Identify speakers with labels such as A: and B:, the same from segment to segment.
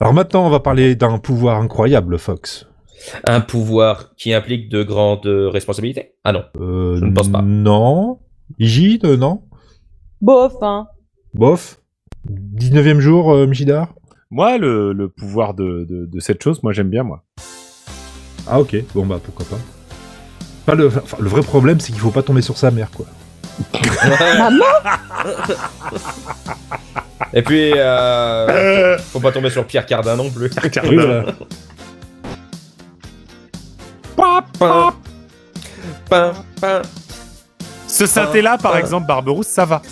A: Alors maintenant, on va parler d'un pouvoir incroyable, Fox.
B: Un pouvoir qui implique de grandes responsabilités Ah non.
A: Euh,
B: Je ne pense pas.
A: Non. Igide, euh, non.
C: Bof, hein.
A: Bof. 19e jour, euh, Michidar.
D: Moi, le, le pouvoir de, de- de cette chose, moi j'aime bien, moi.
A: Ah ok, bon bah pourquoi pas. Enfin, le, enfin, le vrai problème, c'est qu'il faut pas tomber sur sa mère, quoi.
B: Euh.
C: Maman
B: Et puis, euh, faut pas tomber sur Pierre Cardin non plus.
A: Oui, voilà.
B: Pin, pin, pin.
D: Ce synthé-là, par exemple, Barberousse, ça va.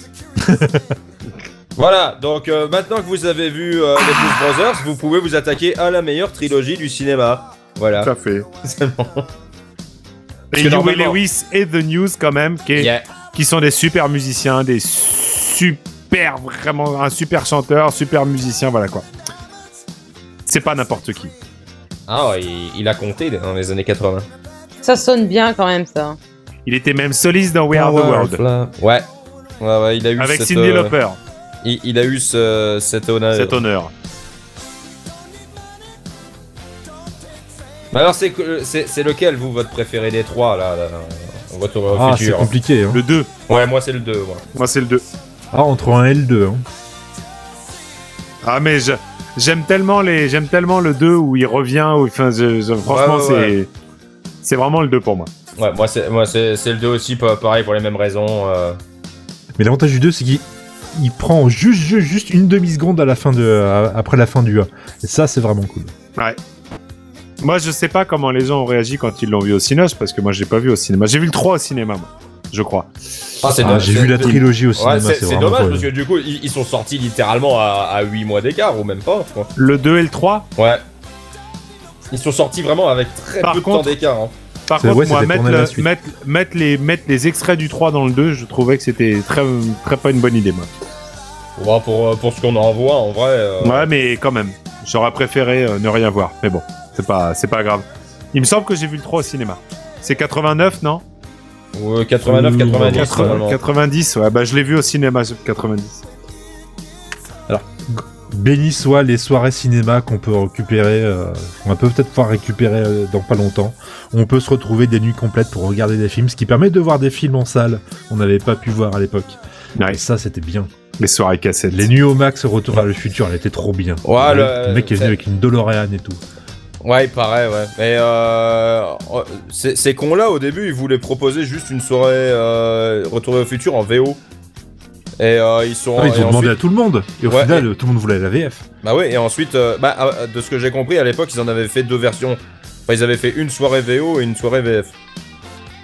B: Voilà, donc euh, maintenant que vous avez vu euh, les Blues Brothers, vous pouvez vous attaquer à la meilleure trilogie du cinéma. Voilà.
E: à fait.
B: que
D: Et Huey
B: normalement-
D: Lewis et The News, quand même, qui, est-
B: Yeah.
D: qui sont des super musiciens, des super, vraiment, un super chanteur, super musicien, voilà quoi. C'est pas n'importe qui.
B: Ah, ouais, il, il a compté dans les années 80.
C: Ça sonne bien quand même, ça.
D: Il était même soliste dans We Are the World,
B: Ah Ouais. Ouais, ouais, il a eu
D: avec
B: cette,
D: Cindy
B: euh,
D: Lauper,
B: il, il a eu ce, cet honneur.
D: cet honneur.
B: Mais Alors, c'est que- c'est c'est lequel, vous, votre préféré des trois, là, là, là, en Retour au
A: Ah, c'est
B: Oh, futur
A: compliqué. Hein.
D: Le 2,
B: Ouais, moi, c'est le 2, moi.
D: moi c'est le 2.
A: Ah, entre un et le 2. Hein.
D: Ah mais je- j'aime tellement les j'aime tellement le 2 où il revient où enfin je- je- franchement
B: Ouais, ouais,
D: c'est c'est vraiment le 2 pour moi.
B: Ouais, moi, c'est moi, c'est- c'est le 2 aussi, pa- pareil, pour les mêmes raisons. euh.
A: Mais l'avantage du 2, c'est qu'il il prend juste, juste, juste une demi-seconde à la fin de, à- après la fin du 1. Et ça, c'est vraiment cool.
D: Moi je sais pas comment les gens ont réagi quand ils l'ont vu au cinéma parce que moi j'ai pas vu au cinéma. J'ai vu le 3 au cinéma moi, je crois.
B: Ah, c'est
A: Ah,
B: dommage,
A: J'ai
B: c'est-
A: vu la trilogie au cinéma,
B: Ouais, c'est-
A: c'est
B: c'est
A: vraiment
B: dommage
A: cool.
B: parce que du coup, ils, ils sont sortis littéralement à, à 8 mois d'écart ou même pas, quoi.
D: Le 2 et le 3
B: Ouais. Ils sont sortis vraiment avec très
D: Par
B: peu de
D: contre-
B: temps d'écart. hein.
D: par
A: C'est-
D: contre
A: ouais,
D: moi
A: c'était
D: mettre,
A: tourné à la
D: le-
A: suite.
D: mettre, mettre les mettre les extraits du 3 dans le 2, je trouvais que c'était très très pas une bonne idée moi.
B: Ouais, pour, euh, pour ce qu'on en voit, en vrai. euh,
D: Ouais mais quand même, j'aurais préféré euh, ne rien voir mais bon, c'est pas c'est pas grave. Il me semble que j'ai vu le 3 au cinéma. C'est 89 non
B: ou, euh,
A: Mmh,
B: 89, 90. normalement.
D: 90, ouais, bah je l'ai vu au cinéma, ce 90.
A: Béni soit les soirées cinéma qu'on peut récupérer, euh, on peut peut-être pouvoir récupérer euh, dans pas longtemps. On peut se retrouver des nuits complètes pour regarder des films, ce qui permet de voir des films en salle qu'on n'avait pas pu voir à l'époque. Et
D: Nice.
A: ça, c'était bien.
D: Les soirées cassettes.
A: Les nuits au max, Retour vers le futur, elle était trop bien.
B: Ouais,
A: le,
B: Ah, le-
A: mec est venu
B: c'est-
A: avec une DeLorean et tout.
B: Ouais, il paraît, ouais. Mais euh, euh, ces ces cons-là, au début, ils voulaient proposer juste une soirée euh, Retour au futur en VO. Et euh, ils sont.
A: Ah, ils ont
B: et
A: demandé
B: ensuite-
A: à tout le monde. Et au
B: Ouais,
A: final, tout le monde voulait la VF.
B: Bah ouais, et ensuite, euh, bah, euh, de ce que j'ai compris, à l'époque, ils en avaient fait deux versions. Enfin, ils avaient fait une soirée VO et une soirée VF.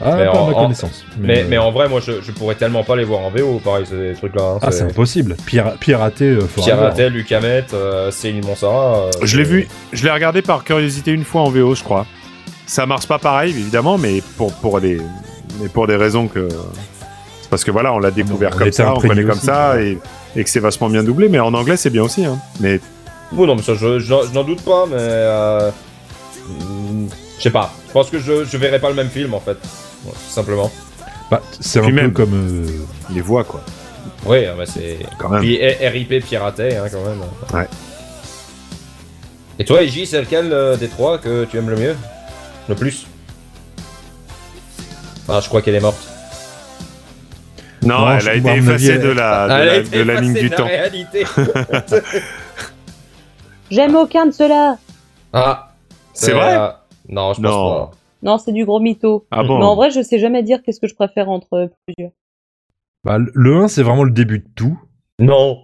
A: Ah,
B: Mais
A: pas
B: en-
A: à ma
B: en-
A: connaissance.
B: Mais,
A: euh,
B: mais en vrai, moi, je, je pourrais tellement pas les voir en VO, pareil, ces trucs-là. hein,
A: Ah, c'est
B: c'est
A: impossible. Pira- pirater, euh, faut
B: Pierre
A: avoir.
B: Rattel, Luc Hamet, euh, Céline Monsara. euh,
D: Je l'ai
B: euh,
D: vu, je l'ai regardé par curiosité une fois en VO, je crois. Ça marche pas pareil, évidemment, mais pour, pour, des, mais pour des raisons que. c'est Parce que voilà, on l'a découvert
A: On
D: comme
A: était
D: ça, on
A: imprégné
D: connaît comme
A: aussi,
D: ça, et, et que c'est vachement bien doublé, mais en anglais c'est bien aussi. Hein. Mais
B: Oh non, mais ça, je, je n'en- je n'en doute pas, mais. euh, mm, Je sais pas. Je pense que je, je verrai pas le même film, en fait. Ouais, tout simplement.
A: Bah, c'est un
D: Puis
A: peu
D: même.
A: comme. euh,
D: les voix, quoi,
B: Oui, ah bah c'est.
D: quand même.
B: Puis eh, RIP piraté, hein, quand même.
D: Ouais.
B: Et toi, Iji, c'est lequel euh, des trois que tu aimes le mieux Le plus Ah, je crois qu'elle est morte.
D: Non,
A: Non,
D: elle
A: je-
D: a été
A: moi, à mon avis,
D: effacée
A: elle-
D: de la, Ah, de
B: Ah, Elle a
D: la,
B: été
D: de la ligne
B: effacée
D: du
B: de la
D: temps.
B: réalité.
C: J'aime aucun de ceux-là.
B: ah,
D: C'est vrai
B: euh, Non, je pense
D: Non.
B: pas.
C: Non, c'est du gros mytho.
D: Ah
C: Mais en
D: bon
C: vrai, je sais jamais dire qu'est-ce que je préfère entre euh, plusieurs.
A: bah, le 1, c'est vraiment le début de tout.
B: Non.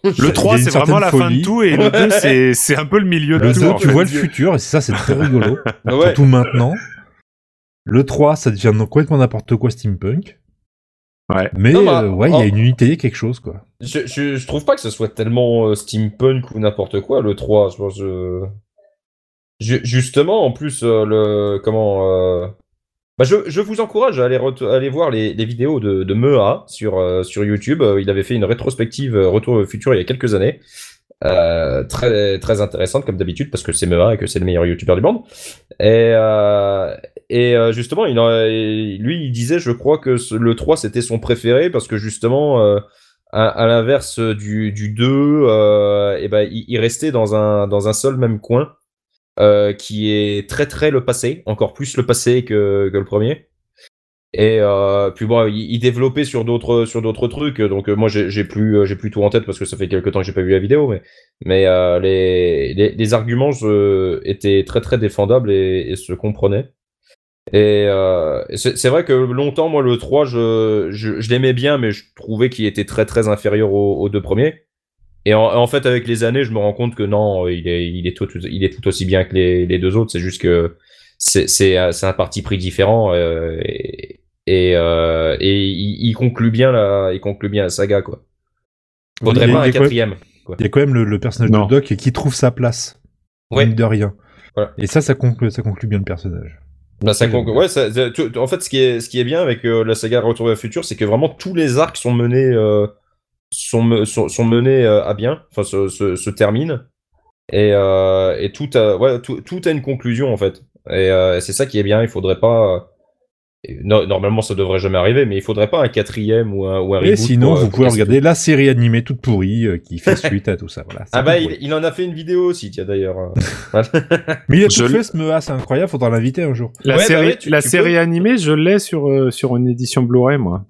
D: Le
A: Il y a
D: 3,
A: une
D: c'est vraiment la
A: certaine
D: fin de
A: folie.
D: tout, et le 2, c'est- c'est un peu le milieu de
A: Le
D: tout.
A: 2,
D: en
A: tu
D: fait.
A: vois le futur, et ça, c'est très rigolo.
B: Ouais.
A: Surtout maintenant. Le 3, ça devient complètement n'importe quoi steampunk.
D: Ouais.
A: Mais
B: Non, bah,
A: euh, ouais, il y
B: oh.
A: a une unité, quelque chose, quoi.
B: Je, je, je trouve pas que ce soit tellement euh, steampunk ou n'importe quoi, le 3. Je pense, euh, ju- Justement, en plus, euh, le. Comment. euh, bah, je, je vous encourage à aller, ret- à aller voir les, les vidéos de, de Mea sur, euh, sur YouTube. Euh, Il avait fait une rétrospective euh, Retour au futur il y a quelques années. Euh, très, très intéressante, comme d'habitude, parce que c'est Mea et que c'est le meilleur YouTuber du monde. Et, euh, et euh, justement, il en- lui, il disait, je crois que ce- le 3, c'était son préféré, parce que justement. euh, à, à l'inverse du, du 2, euh, eh ben, il, il restait dans un, dans un seul même coin euh, qui est très très le passé, encore plus le passé que, que le premier. Et euh, puis bon, il, il développait sur d'autres sur d'autres trucs. Donc euh, moi, j'ai j'ai plus euh, j'ai plus tout en tête parce que ça fait quelques temps que j'ai pas vu la vidéo, mais mais euh, les, les les arguments euh, étaient très très défendables et, et se comprenaient. Et euh, c'est c'est vrai que longtemps, moi, le 3, je, je, je l'aimais bien, mais je trouvais qu'il était très très inférieur aux, aux deux premiers. Et en, en fait, avec les années, je me rends compte que non, il est, il est, tout, tout- il est tout aussi bien que les, les deux autres. C'est juste que c'est c'est un c'est un parti pris différent euh, et, et, euh, et il, il conclut bien la, il conclut bien la saga quoi. Faudrait
A: Il y a-
B: pas
A: il
B: un
A: y a quoi-
B: quatrième.
A: Il y a quand même le, le personnage
D: Non.
A: de Doc qui trouve sa place,
B: Ouais.
A: mine de rien.
B: Voilà.
A: Et ça, ça conclut, ça conclut bien le personnage.
B: Bah, ça conclut- ouais, ça- ça- tout- en fait, ce qui est, ce qui est bien avec euh, la saga Retour vers le futur, c'est que vraiment tous les arcs sont menés, euh, sont, me- sont, sont menés euh, à bien, enfin se, se, se terminent, et, euh, et tout, a, ouais, tout, tout a une conclusion en fait. Et euh, c'est ça qui est bien. Il faudrait pas, et no- normalement, ça devrait jamais arriver, mais il faudrait pas un quatrième ou un, ou un
A: Et
B: reboot
A: sinon,
B: pour, euh,
A: vous
B: pour
A: pouvez
B: casser tout.
A: regarder la série animée toute pourrie euh, qui fait suite à tout ça. Voilà,
B: Ah
A: C'est
B: bah,
A: tout
B: il, il en a fait une vidéo aussi, tiens d'ailleurs. euh.
A: Mais il a
D: Je
A: tout
D: l-
A: fait ce mea, c'est incroyable, faudra l'inviter un jour.
D: La
B: Ouais, bah
D: série,
B: ouais, tu-
D: la
B: tu
D: série
B: peux.
D: animée, je l'ai sur, euh, sur une édition Blu-ray, moi.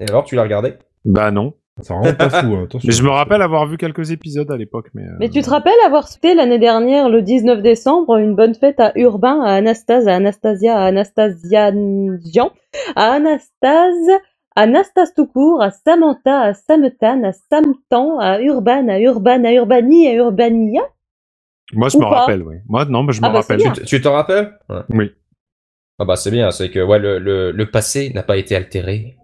B: Et alors, tu l'as regardé
D: Bah non.
A: C'est vraiment pas fou, hein, attention.
D: Mais je me rappelle avoir vu quelques épisodes à l'époque, mais. euh,
C: Mais tu te rappelles avoir fêté l'année dernière, le 19 décembre, une bonne fête à Urbain, à Anastase, à Anastasia, à Anastasian, à Anastase, à Anastase tout court, à Samantha, à Samtan, à Samtan, à Urban, à Urban, à Urbani, à Urbania.
D: Moi, je
C: Ou
D: me
C: pas.
D: rappelle, oui. Moi, non, mais je me
C: Ah bah, c'est
D: rappelle.
C: bien.
B: Tu- Tu t'en rappelles Ouais.
D: Oui.
B: Ah bah c'est bien, c'est que ouais, le, le, le passé n'a pas été altéré,